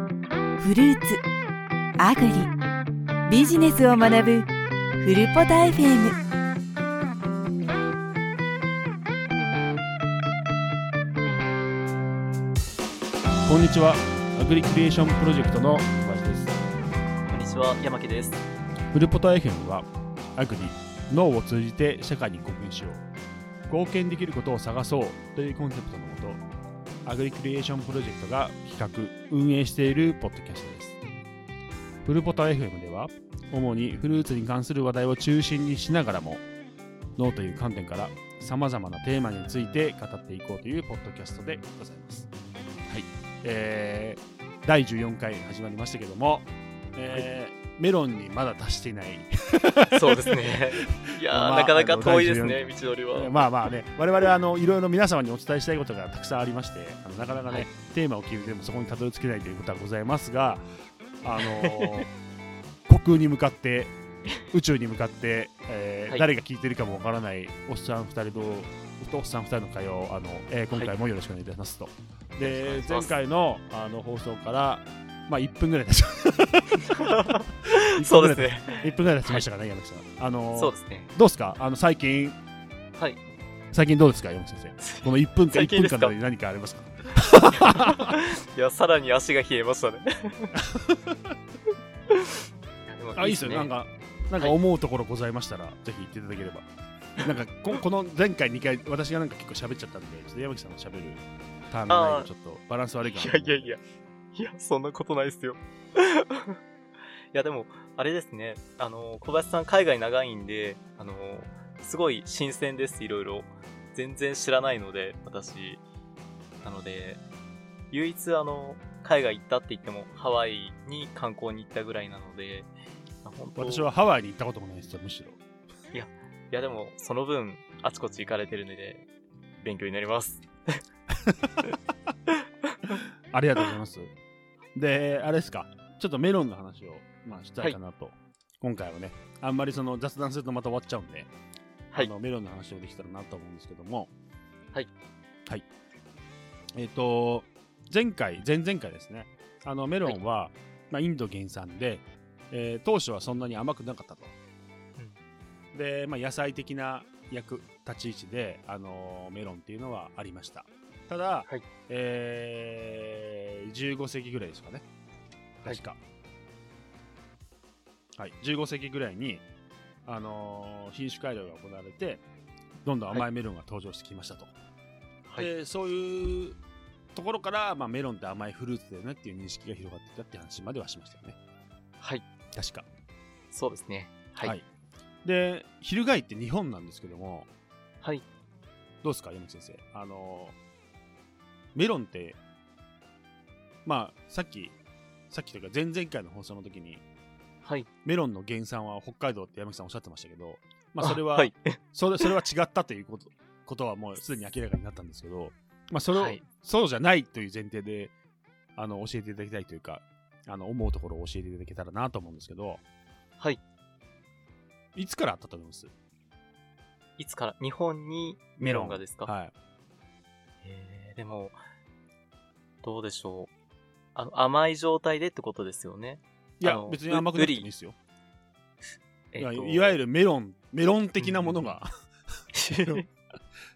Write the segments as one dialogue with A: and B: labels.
A: フルーツアグリビジネスを学ぶフルポタ FM
B: こんにちは。アグリクリエーションプロジェクトの小林です。
C: こんにちは、山木です。
B: フルポタ FM は、アグリ、脳を通じて社会に貢献しよう。貢献できることを探そうというコンセプトのもと、アグリクリエーションプロジェクトが企画、運営しているポッドキャストです。フルポタ FM では、主にフルーツに関する話題を中心にしながらも、脳という観点から様々なテーマについて語っていこうというポッドキャストでございます。はい。えー第14回始まりましたけども、えーメロンにまだ達していない
C: そうです ね。いやー、
B: まあ
C: なかなか遠いです
B: あ
C: ね、
B: の
C: 道のり
B: えー
C: は。
B: まあまあね、我々はあのいろいろ皆様にお伝えしたいことがたくさんありまして、あのなかなかね、
C: はい
B: テーマを決めてもそこにたどり着けないということはございます が、あの虚空に向かって、宇宙に向かって、えー
C: はい
B: 誰が聞いてるかもわからないおっさん2人と、おっさん2人の会をあの、えー今回もよろしくお願いいたしますと。
C: よ
B: で
C: ろ
B: 前
C: しくお願いします
B: 回のあの放送から、まあ、1分ぐらい経ち ました
C: そうですね。
B: 1分ぐらい経ちましたかね、山口さん。あの
C: そうですね。
B: どうですかあの最近
C: はい。
B: 最近どうですか、山口先 生。この1分間、
C: 最
B: 1
C: 近
B: 分
C: です
B: 間
C: か
B: の間に何かありますか
C: いや、さらに足が冷えま したね。も
B: あ、いいですよ、なん。か、なんか思うところございましたら、ぜひ言っていただければ。なんかこ、 この前回2回、私がなんか結構喋っちゃったんで、ちょっと山口さんの喋るターンがない
C: あー
B: と、ちょっとバランス悪いかな
C: いやいやいや、いや、そんなことないですよ。 いや、でも、あれですね、あの、小林さん、海外長いんで、あの、すごい新鮮です、いろいろ。全然知らないので、私。なので、唯一、あの、海外行ったって言っても、ハワイに観光に行ったぐらいなので、まあ本当
B: 私はハワイに行ったこともないですよ、むしろ。
C: いや、でも、その分、あちこち行かれてるので、勉強になります。
B: ありがとうございます。 で、あれですか、ちょっとメロンの話を、まあ、したいかなと。今回はね、あんまりその雑談するとまた終わっちゃうんで、
C: はい
B: あのメロンの話をできたらなと思うんですけども、
C: はい。
B: はい。えっ、と、前回、前々回ですね、あのメロンは、まあ、インド原産で、えー当初はそんなに甘くなかったと。で、まあ、野菜的な役、立ち位置で、あのーメロンっていうのはありました。ただ、
C: はい
B: えー15世紀ぐらいですかね。
C: はい
B: 確か。はい、15世紀ぐらいに、あのー品種改良が行われて、どんどん甘いメロンが登場してきましたと。
C: はい。
B: でそういうところから、まあ、メロンって甘いフルーツだよねっていう認識が広がってきたって話まではしましたよね。
C: はい。
B: 確か。
C: そうですね。はい。はい。
B: で、翻って日本なんですけども、
C: はい、
B: どうですか、山口先生。あのーメロンって、まあ、さっき、さっきというか、前々回の放送の時に、メロンの原産は北海道って山口さんおっしゃってましたけど、まあ、それは、
C: はい。
B: それそれは違ったということことはもうすでに明らかになったんですけど、まあ、それを、
C: はい
B: そうじゃないという前提で、あの、教えていただきたいというか、あの、思うところを教えていただけたらなと思うんですけど、
C: はい。
B: いつからあったと思います
C: いつから、日本にメロンがですか、
B: はい。
C: えーでも、どうでしょう。あの、甘い状態でってことですよね。
B: い
C: あ
B: や
C: の、
B: 別に甘くなくてもいいですよ。
C: え
B: いや
C: ーと
B: いわゆるメロン、メロン的なものが、 日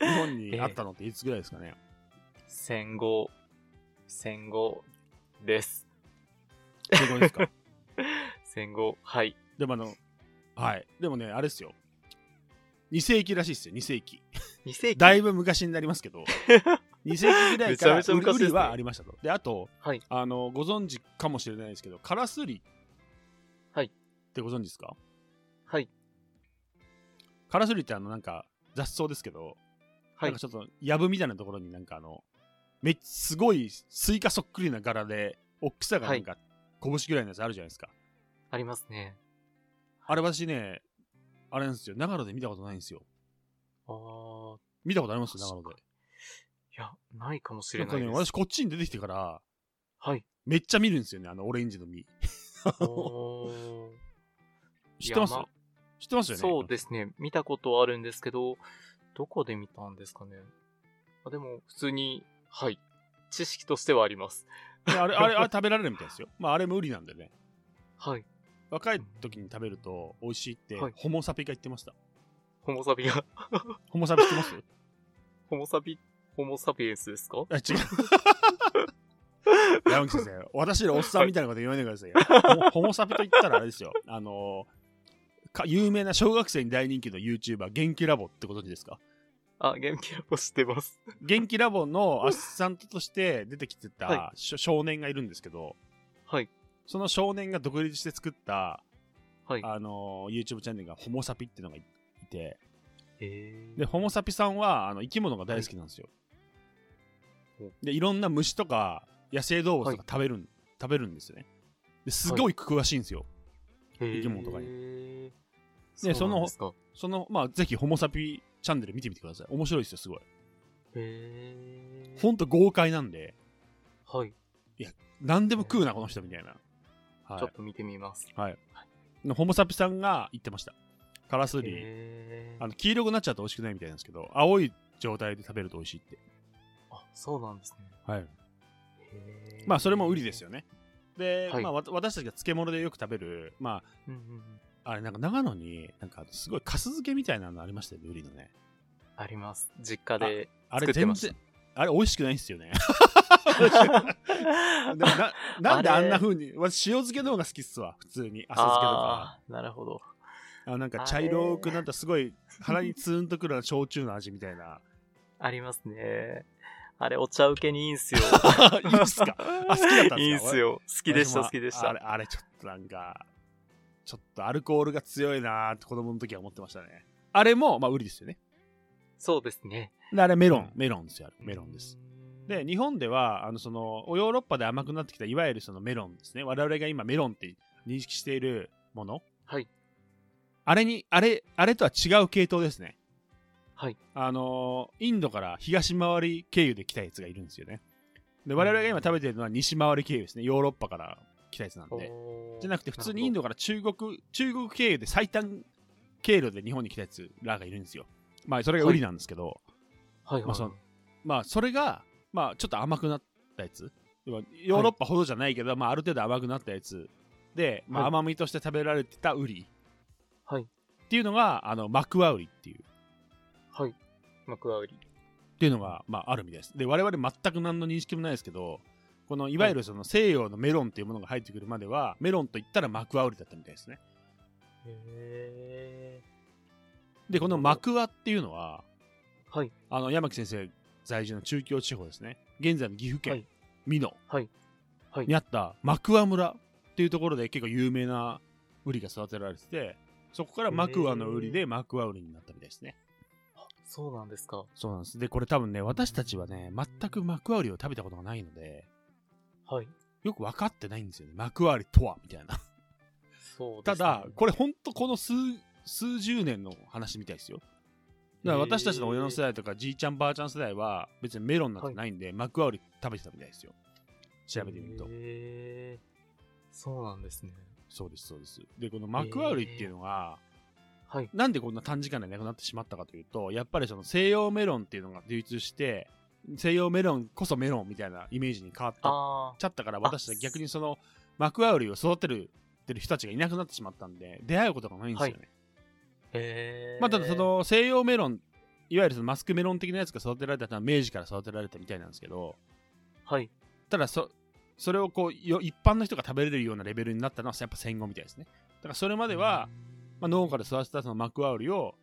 B: 本に
C: え
B: あったのっていつぐらいですかね。
C: 戦後、戦後です。
B: すごいですか。
C: 戦後、はい。
B: でもあの、はい。でもね、あれですよ。2世紀らしいですよ、2世紀。
C: 2世紀。
B: だいぶ昔になりますけ ど、2世紀ぐらいから
C: めちゃめちゃ昔
B: ウ
C: ですね
B: リはありましたと。で、あと、
C: はい
B: あの、ご存知かもしれないですけど、カラスウリ
C: はい
B: ってご存知ですか
C: はい。
B: カラスウリってあの、なんか雑草ですけど、
C: は
B: なん
C: い
B: か。ちょっと、やぶみたいなところになんかあの、めっすごいスイカそっくりな柄で、大きさがなんか、拳ぐらいのやつあるじゃないですか。
C: ありますね。
B: あれ私ね、あれなんですよ、長野で見たことないんですよ。
C: あー、
B: 見たことあります長野で。
C: いや、ないかもし
B: な
C: れ
B: ん
C: ない
B: か
C: で
B: ね、
C: す。
B: 私こっちに出てきてから、
C: はい。
B: めっちゃ見るんですよね、あのオレンジの実。
C: おー
B: 知ってます、
C: いやまあ
B: 知ってますよね
C: そうですね。見たことあるんですけど、どこで見たんですかね。あでも、普通に、はい。知識としてはあります。
B: であれ、あれ、あれ食べられるみたいですよ。まあ、あれ無理なんでね。
C: はい。
B: 若い時に食べると美味しいって、
C: はい
B: ホモサピが言ってました。
C: ホモサビが、
B: ホモサピ知ってます
C: ホモサビ、ホモサピエンスですか
B: あ、違 う。山口先生、私らおっさんみたいなこと言わないでくださいよ。ホモホモサピと言ったらあれですよ。あのーか有名な小学生に大人気の YouTuber、元気ラボってことですか
C: あ、ゲームキャラも知ってます。
B: 元気ラボのアシスタントとして出てきてた、
C: は
B: しょ少年がいるんですけど、
C: はい。
B: その少年が独立して作った、
C: はい。
B: あのー YouTube チャンネルがホモサピっていうのがいて、
C: へー
B: で、ホモサピさんはあの生き物が大好きなんですよ。
C: はい
B: で、いろんな虫とか野生動物とか食べるん、食べるんですよね。ですごい詳しいんですよ。生き物とかに
C: に。
B: で
C: そうなんですか。
B: その、まあ、ぜひホモサピチャンネル見てみてください。面白いですよ、すごい。
C: へー
B: ほんと豪快なんで、
C: はい。
B: 何でも食うな、この人みたいな。は
C: ちょっと見てみます。
B: い。はい。のホモサピさんが言ってました。カラス類、
C: へー
B: あの黄色くなっちゃうと美味しくないみたいなんですけど、青い状態で食べると美味しいって。
C: あ、そうなんですね。
B: はい。
C: へー
B: まあ、それも売りです。よね。で、
C: はい
B: まあ、わた私たちが漬物でよく食べる、ま
C: うんうんうん。
B: あ、あれ、なんか長野に、なんかすごい粕漬けみたいなのありましたよね、売りのね。
C: あります。実家で。
B: あれ
C: 作って
B: 全
C: ました
B: 然、あれ美味しくないんですよね。 でも
C: あ
B: ななんであ
C: あれ
B: んな風に私塩漬けの方が好きっすわ普通に浅漬けとか
C: ーなるほど。
B: あなんか茶色くなったすごい腹にツーンとくるような焼酎の味みたい な
C: ありますね。あれ、お茶受けにいい んすよ。
B: いいっすかあ好きだったんですか
C: いいんすよ。好きでした、
B: 私も
C: 好きでし
B: あれ
C: た。
B: あれちょっとなんかちょっとアルコールが強いなーって子供の時は思ってましたねあれもまあ売りですよね
C: そうですね。
B: であれメロンメロンですよあれメロンです
C: うん。
B: で日本ではあのそのヨーロッパで甘くなってきたいわゆるそのメロンですね我々が今メロンって認識しているもの
C: はい。
B: あれに、あれ、あれとは違う系統ですね。
C: はい。
B: あのーインドから東回り経由で来たやつがいるんですよね。で、我々が今食べてるのは西回り経由ですね。ヨーロッパから来たやつなんで。じゃなくて、普通にイン
C: ド。
B: ドから中国、中国経由で最短経路で日本に来たやつらがいるんですよ。まあ、それが売りなんですけど、
C: はいはい。
B: まあそのまあ、それが、まあ、ちょっと甘くなったやつ。要はヨーロッパほどじゃないけど、まあ、ある程度甘くなったやつで、まあ、
C: はい
B: 甘みとして食べられてたウリ
C: はい。
B: っていうのが、あの、マクワウリっていう。
C: はい。マクワウリ。
B: っていうのが、まあ、あるみたいです。で、我々全く何の認識もないですけど、このいわゆるその西洋のメロンっていうものが入ってくるまでは、メロンと言ったらマクワウリだったみたいですね。
C: へ
B: で、このマクワっていうのは、
C: ーはい。
B: あの、山木先生在住の中京地方ですね。現在の岐阜
C: は
B: 県
C: い、
B: 美濃
C: はい。はい
B: にあったマクワ村っていうところで結構有名なウリが育てられてて、そこからマクワのウリでマクワウリになったみたいですね。
C: あそうなんですか。
B: そうなんです。で、これ多分ね、私たちはね、全くマクワウリを食べたことがないので、
C: はい。
B: よく分かってないんですよね。幕張とは、みたいな。
C: そうで
B: た
C: すね
B: だ、これほんとこの数、数十年の話みたいですよ。だから私たちの親の世代とか、じいちゃんばあちゃん世代は、別にメロンなんてないんで、幕張食べてたみたいですよ。調べてみると。
C: へーそうなんですね。
B: そうです、そうです。で、この幕張っていうのが、
C: はい。
B: なんでこんな短時間でなくなってしまったかというと、やっぱりその西洋メロンっていうのが流通して、西洋メロンこそメロンみたいなイメージに変わった
C: あ
B: ちゃったから私たち逆にそのマクワウリを育てるってる人たちがいなくなってしまったんで出会うことがないんですよね、
C: ー。へー
B: まあただそ、の西洋メロンいわゆるそのマスクメロン的なやつが育てられたのは明治から育てられたみたいなんですけど
C: はい。
B: ただそそれをこうよ一般の人が食べれるようなレベルになったのはやっぱ戦後みたいですねだからそれまでは、まあ、農家で育てたそのマクワウリを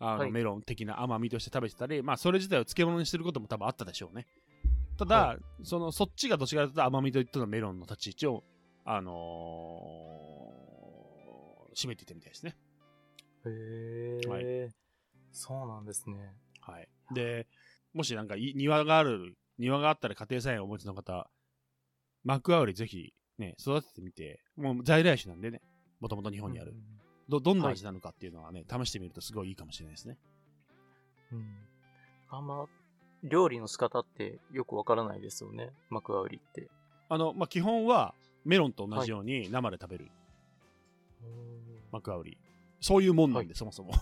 B: あの、
C: はい
B: メロン的な甘みとして食べてたり、まあ、それ自体を漬物にすることも多分あったでしょうねただ、
C: は
B: そのそっちがどっちかというと甘みといったのメロンの立ち位置をあのー、占めていたみたいですね
C: へー
B: は
C: そうなんですね。
B: はいでもしなんかい庭がある庭があったら家庭菜園をお持ちの方マクワウリぜひね育ててみてもう在来種なんでねもともと日本にある、どどんな味なのかっていうのはね、試してみるとすごいいいかもしれないですね
C: うん。うんあんま、料理の仕方ってよくわからないですよね。マクワウリって。
B: あの、まあ、基本はメロンと同じように生で食べる、マクワウリ。そういうもんなんで、
C: は
B: そもそも。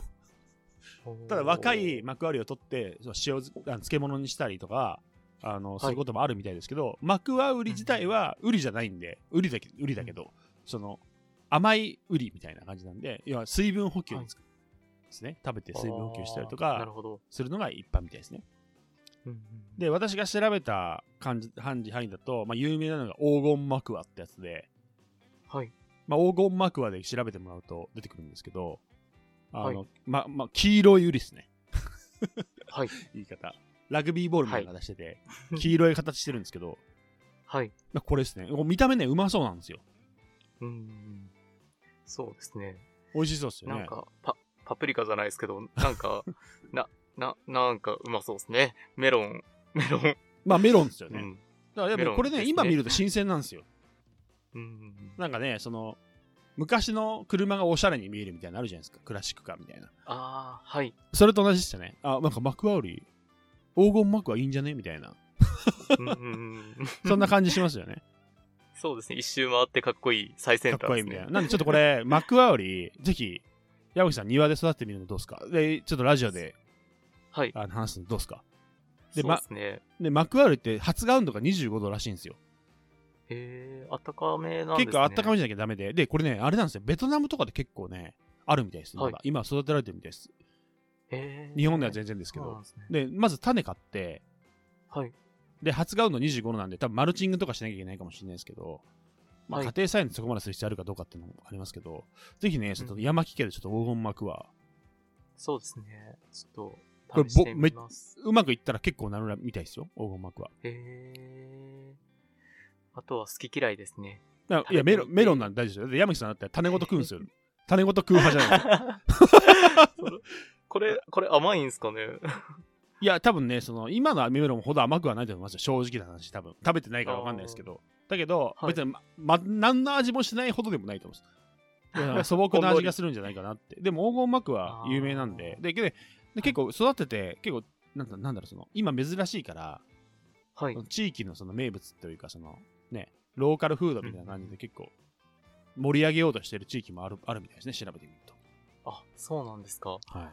B: ただ若いマクワウリを取って、そう塩漬あの漬物にしたりとか、あのすることもあるみたいですけど、マクワウリ自体はウリじゃないんでウリだけウリだけど、その甘いウリみたいな感じなんで要は水分補給です,、ね食べて水分補給したりと
C: あーなる
B: か
C: ほど。
B: するのが一般みたいですね
C: うんうん
B: で私が調べた感じ範囲範囲だと、まあ、有名なのが黄金マクワってやつで、
C: はい。
B: まあ、黄金マクワで調べてもらうと出てくるんですけど、あの、
C: は
B: ま、ま、黄色いウリですね。
C: はい。
B: 言い方。ラグビーボールみたいな形してて、黄色い形してるんですけど、
C: はい。
B: まあこれですね。見た目ね、うまそうなんですよ。
C: うんうん。そうですね。
B: 美味しそうですよ
C: なん
B: ね。
C: か、パ、パプリカじゃないですけど、なん か、な、な、なんかうまそうですね。メロン、メロン。
B: まあメロンですよ
C: う
B: ね。
C: ん。
B: だからで
C: メロ
B: も
C: ン
B: これね
C: ですね
B: 今見ると新鮮なんですよ。
C: うんうん。
B: なんかね、その、昔の車がおしゃれに見えるみたいなのあるじゃないですか。クラシックカーみたいな。
C: ああ、はい。
B: それと同じですよね。あ、なんかマクワウリ、黄金マクワいいんじゃねみたいな。
C: うんうん うん。
B: そんな感じしますよね。
C: そうですね。一周回ってかっこいい最先
B: かっ
C: 端
B: こい
C: で
B: い
C: す
B: み
C: ね。
B: たいな。なんでちょっとこれ、 マクワウリ、ぜひ、矢吹さん庭で育ってみるのどうですかで、ちょっとラジオで
C: はい。
B: あの話すのどうですかで
C: そうですね。
B: で、マクワウリって発芽温度が25度らしいんですよ。
C: へえ、あったかめなんですね。
B: 結構あったか
C: め。
B: めじゃなきゃダメで。で、これね、あれなんですよ。ベトナムとかで結構ね、あるみたいです。
C: はい
B: まだ今育てられてるみたいです。
C: へえ。
B: 日本では
C: 然
B: 全然ですけ
C: そうな
B: ど
C: ん。ですね。
B: で、まず種買って、
C: はい。
B: で、発芽温度25度なんで、多分マルチングとかしなきゃいけないかもしれないですけど、まあ、
C: はい
B: 家庭菜園でそこまでする必要あるかどうかっていうのもありますけど、ぜひね、ちょっと山木家でちょっと黄金幕は、
C: そうですね。ちょっ、
B: ことれ
C: 試してみます。
B: うまくいったら結構なるみたいですよ、黄金幕は。
C: へえ。あとは好き嫌いで すね。
B: だ
C: 食
B: いや
C: べ
B: メロ
C: てみて
B: ン、メロンなんて大事ですよ。だって山木さんだったら種ごと食うん ですよ。種ごと食う派じゃないですか。
C: これ、これ甘いんすかね
B: いや、多分ね、その、今のメロンほど甘くはないと思いますよ。正直な話、多分。食べてないから分かんないですけど。だけど、
C: はい
B: 別に、ま、ま何の味もしないほどでもないと思います。だから素朴な味がするんじゃないかなって。でも、黄金幕は有名なんで。で、けどで結構育てて、結構、なんだなんだろう、その、今珍しいから、
C: はい
B: そ。の地域のその名物というか、その、ね、ローカルフードみたいな感じで結構、盛り上げようとしてる地域もあるあるみたいですね、調べてみると。
C: あ、そうなんですか。
B: は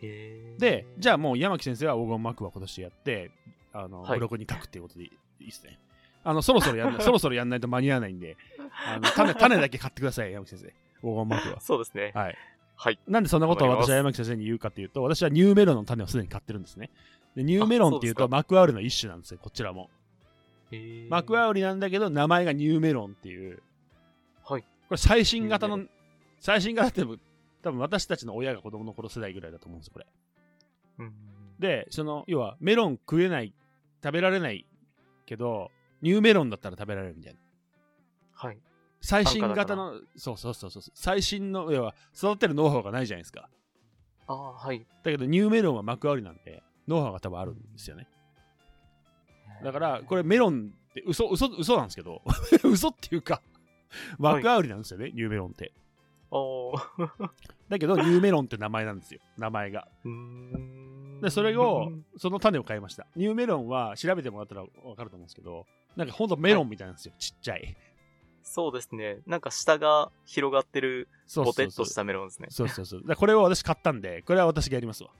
B: い。
C: へえ。
B: で、じ
C: ゃ
B: ゃあもう山木先生は黄金幕は今年やって、あの、
C: はい
B: ブログに書くっていうことでいいですね。あの、そろそろや んな、そろそろやんないと間に合わないんで、あの種、種だけ買ってください、山木先生。黄金幕は。
C: そうですね。
B: はい。
C: はい。
B: なんでそんなことを
C: 頑張
B: 私
C: ります
B: は山木先生に言うかというと、私はニューメロンの種をすでに買ってるんですね。で、ニューメロンっていう
C: あそうですか
B: と、マクワウリの一種なんですよ、こちらも。
C: へえ
B: マクワウリなんだけど、名前がニューメロンっていう、
C: はい。
B: これ最新型
C: ニ
B: の、最新型って多分私たちの親が子供の頃世代ぐらいだと思うんですよ、これ。
C: うん。
B: で、その、要は、メロン食えない、食べられないけど、ニューメロンだったら食べられるみたいな。
C: はい。
B: 最新型の、そうそうそうそう、最新の、要は、育てるノウハウがないじゃないですか。
C: ああ、はい。
B: だけど、ニューメロンは幕張りなんで、ノウハウが多分あるんですよね。だから、これメロンって嘘、嘘、嘘なんですけど、 嘘っていうか、
C: はい
B: 幕張りなんですよね、ニューメロンって。
C: おー
B: だけど、ニューメロンって名前なんですよ、名前が。
C: うーん
B: でそれをその種を買いましたニューメロンは調べてもらったら分かると思うんですけどなんかほんとメロンみたいなんですよ、ちっちゃい
C: そうですね。なんか下が広がってる
B: そうそ
C: ポ
B: うそ
C: テ
B: う
C: ッとしたメロンですね。
B: そうそうそうだからこれを私買ったんでこれは私がやりますわ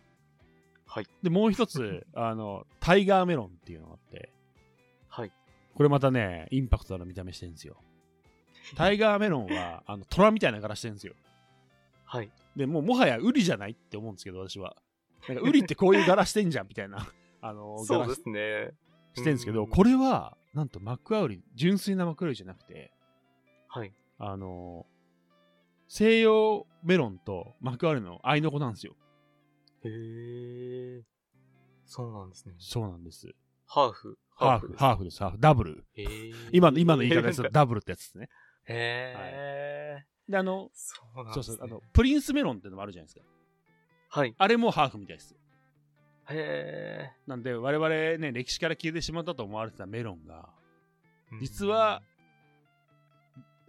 C: はい
B: でもう一 つあのタイガーメロンっていうのがあって
C: はい。
B: これまたねインパクトある見た目してるんですよタイガーメロンは あの虎みたいな柄してるんですよ
C: はい。
B: でもうもはやウリじゃないって思うんですけど私はなんかウリってこういう柄してんじゃんみたいな あの
C: そう
B: 柄
C: で
B: し
C: すね。
B: てるんですけど
C: うん
B: これはなんとマックアウリ純粋なマックアウリじゃなくて
C: はい。
B: あの西洋メロンとマクアールの合いの子なんですよ。
C: へえ。そうなんですね。
B: そうなんです。
C: ハーフ。
B: ハーフ、ハーフです、ハーフ、ダブル。
C: ですへー
B: 今の、今の言い方ですとダブルってやつですね。
C: へえ。
B: で、あの、
C: そうな
B: そ
C: んで
B: う
C: す
B: そう
C: ね、。
B: あの、プリンスメロンってのもあるじゃないですか。
C: はい。
B: あれもハーフみたいです。
C: へえ。
B: なんで、我々ね、歴史から消えてしまったと思われてたメロンが、実は、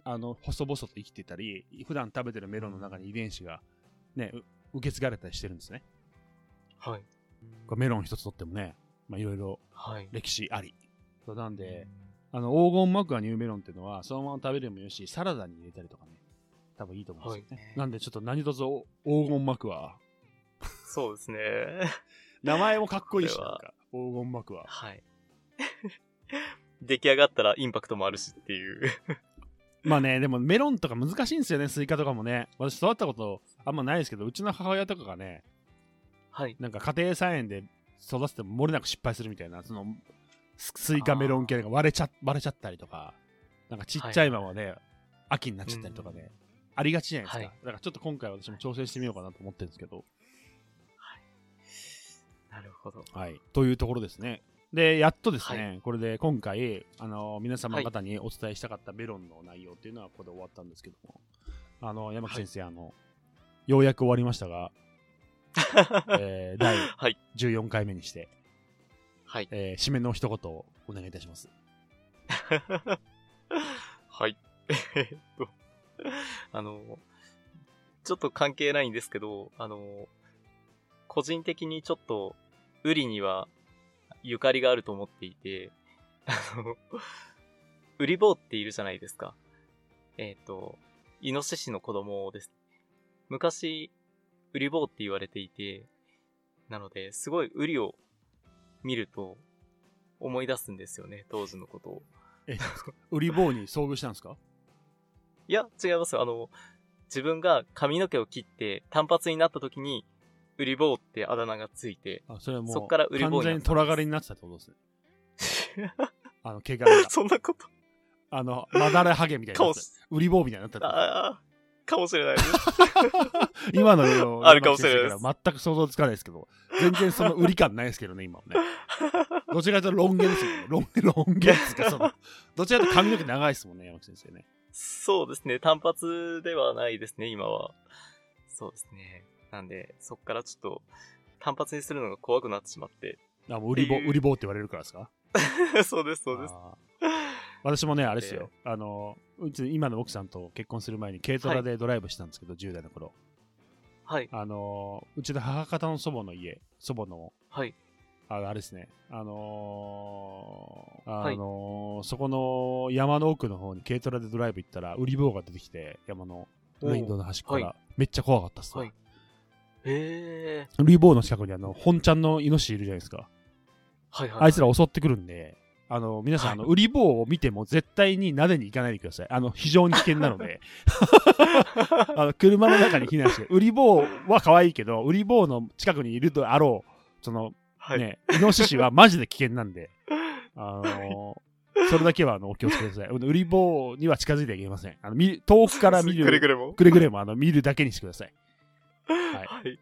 B: あの、細々と生きてたり、普段食べてるメロンの中に遺伝子が、ね、う受け継がれたりしてるんですね。
C: うん、はい。
B: これメロン一つとってもね、まあ、いろいろ
C: はい。
B: 歴史あり。そうなんで、あの黄金マクアニューメロンっていうのはそのまま食べるのもよしサラダに入れたりとかね多分いいと思うんですよね、
C: はい
B: なんでちょっと何卒お黄金マクア
C: そうですね。
B: 名前もかっこいいし
C: これ
B: な
C: は
B: んか黄金マクア
C: はい。 出来上がったらインパクトもあるしっていう。
B: まあね、でもメロンとか難しいんですよね、スイカとかもね。私育ったことあんまないですけど、うちの母親とかがね、
C: はい。
B: なんか家庭菜園で育てても漏れなく失敗するみたいな、そのススイカメロン系が割れちゃ割れちゃったりとか、なんかちっちゃいままね、秋になっちゃったりとかね、ありがちじゃないですか。
C: はい
B: だからちょっと今回私も挑戦してみようかなと思ってるんですけど。
C: なるほど。
B: はい、というところですね。で、やっとですね、これで今回、あの皆様方にお伝えしたかったメロンの内容っていうのはここで終わったんですけども、あの山木先生、あのようやく終わりました が、えー第
C: はい
B: 14回目にして、
C: はい。
B: えー締めの一言をお願いいたします。
C: はい。 えっと、あの、ちょっと関係ないんですけど、あの、個人的にちょっと、ウリにはゆかりがあると思っていて、あの、ウリ坊っているじゃないですか。えっと、イノシシの子供です。昔、ウリ坊って言われていて、なので、すごいウリを見ると思い出すんですよね、当時のことを。
B: 売り棒に遭遇したんですか
C: いや、違いますよ。あの、自分が髪の毛を切って単発になった時に、ウリボーってあだ名がつい て、
B: あそれはも
C: そっ
B: う
C: から売り棒
B: 完
C: になった
B: 全
C: ん
B: に
C: です
B: トラ狩りになってたってことですね。あの毛がなんか
C: そんなこと
B: あのまだらハゲみたいに
C: か
B: なっ
C: も
B: て
C: し、
B: 売り棒みたいになったってこと
C: あーかもしれないです。
B: 今のよう
C: あるかもしれないです
B: 全く想像つかないですけど、全然その売り感ないですけどね、今もね。どちらかというとロン毛ですよ、ね。ロン毛、ロン毛ですか、そ の。どちらかというと髪の毛長いですもんね、山木先生ね。
C: そうですね。単発ではないですね、今は。そうですね。なんで、そっからちょっと、単発にするのが怖くなってしまって。
B: あもう売り棒、
C: っていう
B: 売り棒って言われるからですか
C: そうです、そうです。
B: あー私もね、あれですよ。あの、うち今の奥さんと結婚する前に軽トラでドライブしたんですけど、10代の頃。
C: はい、
B: あの、うちの母方の祖母の家、祖母の
C: はい、
B: ああれですね、あのーあのーそこの山の奥の方に軽トラでドライブ行ったら、ウリ坊が出てきて、山のウィンドウの端っこから、
C: は
B: めっちゃ怖かったっすわ、
C: はい。へえ、
B: ウリ坊の近くにあの、本ちゃんのイノシシいるじゃないですか。
C: はい、はい。
B: あいつら襲ってくるんで、あの、皆さん、
C: はい
B: あの、ウリ坊を見ても絶対に撫でに行かないでください。あの、非常に危険なので、 あの、車の中に避難して、ウリ坊は可愛いけど、ウリ坊の近くにいるとあろう、その、
C: はい、
B: ね、イノシシはマジで危険なんで、 あのーそれだけはあのお気をつけください。売り棒には近づいてはいけません。あの見る遠くから見る、
C: くれぐれも。
B: くれぐれもあの見るだけにしてください。はい
C: はい。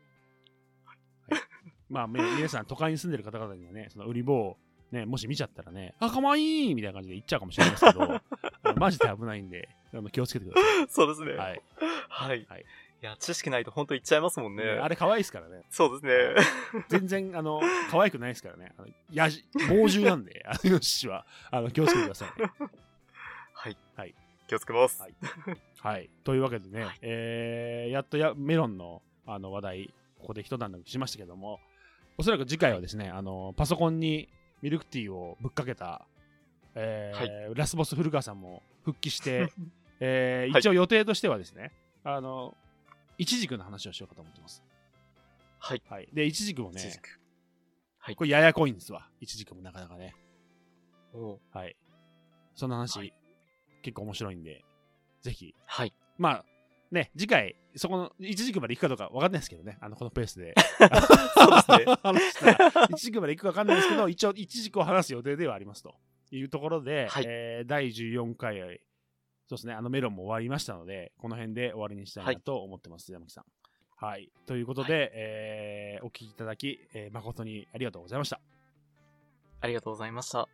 B: まあ、め皆さん、都会に住んでる方々にはね、その売り棒を、ね、もし見ちゃったらね、あ、かわいいみたいな感じで言っちゃうかもしれないですけど、 あのマジで危ないんで、あの気をつけてくだ
C: そうですね。
B: さい。はい。
C: はい。
B: はい
C: い、や、知識ないと本当言っちゃいますもんね。
B: あれ、可愛いですからね。
C: そうですね。
B: 全然、あの、可愛くないですからね。あのやじ猛獣なんで、あのイノシシは、あの気をつけてくださいね。
C: はい。
B: はい
C: 気をつけます。
B: はいはい。というわけでね、
C: はい
B: えーやっとやメロンのあの話題、ここで一段落しましたけども、おそらく次回はですね、あのパソコンにミルクティーをぶっかけた、えーラスボス古川さんも復帰 して、えー
C: はい
B: 一応予定としてはですね、あの、いちじくの話をしようかと思ってます。
C: はい。
B: はい。で、いちじくも
C: いちじ
B: ね、
C: く
B: これややこいんですわ。いちじくもなかなかね。
C: おう
B: はい。その話、
C: はい
B: 結構面白いんで、ぜひ
C: はい。
B: まあ、ね、次回、そこの、一軸まで行くかどうか分かんないですけどね、あの、このペースで。
C: そうですね。
B: 話したら、一軸まで行くか分かんないですけど、一応、一軸を話す予定ではありますというところで、
C: はい
B: えー第14回、そうですね、あのメロンも終わりましたので、この辺で終わりにしたいなと思ってます、山木さん。はい。ということで、えーお聞きいただき、えー誠にありがとうございました。
C: ありがとうございました。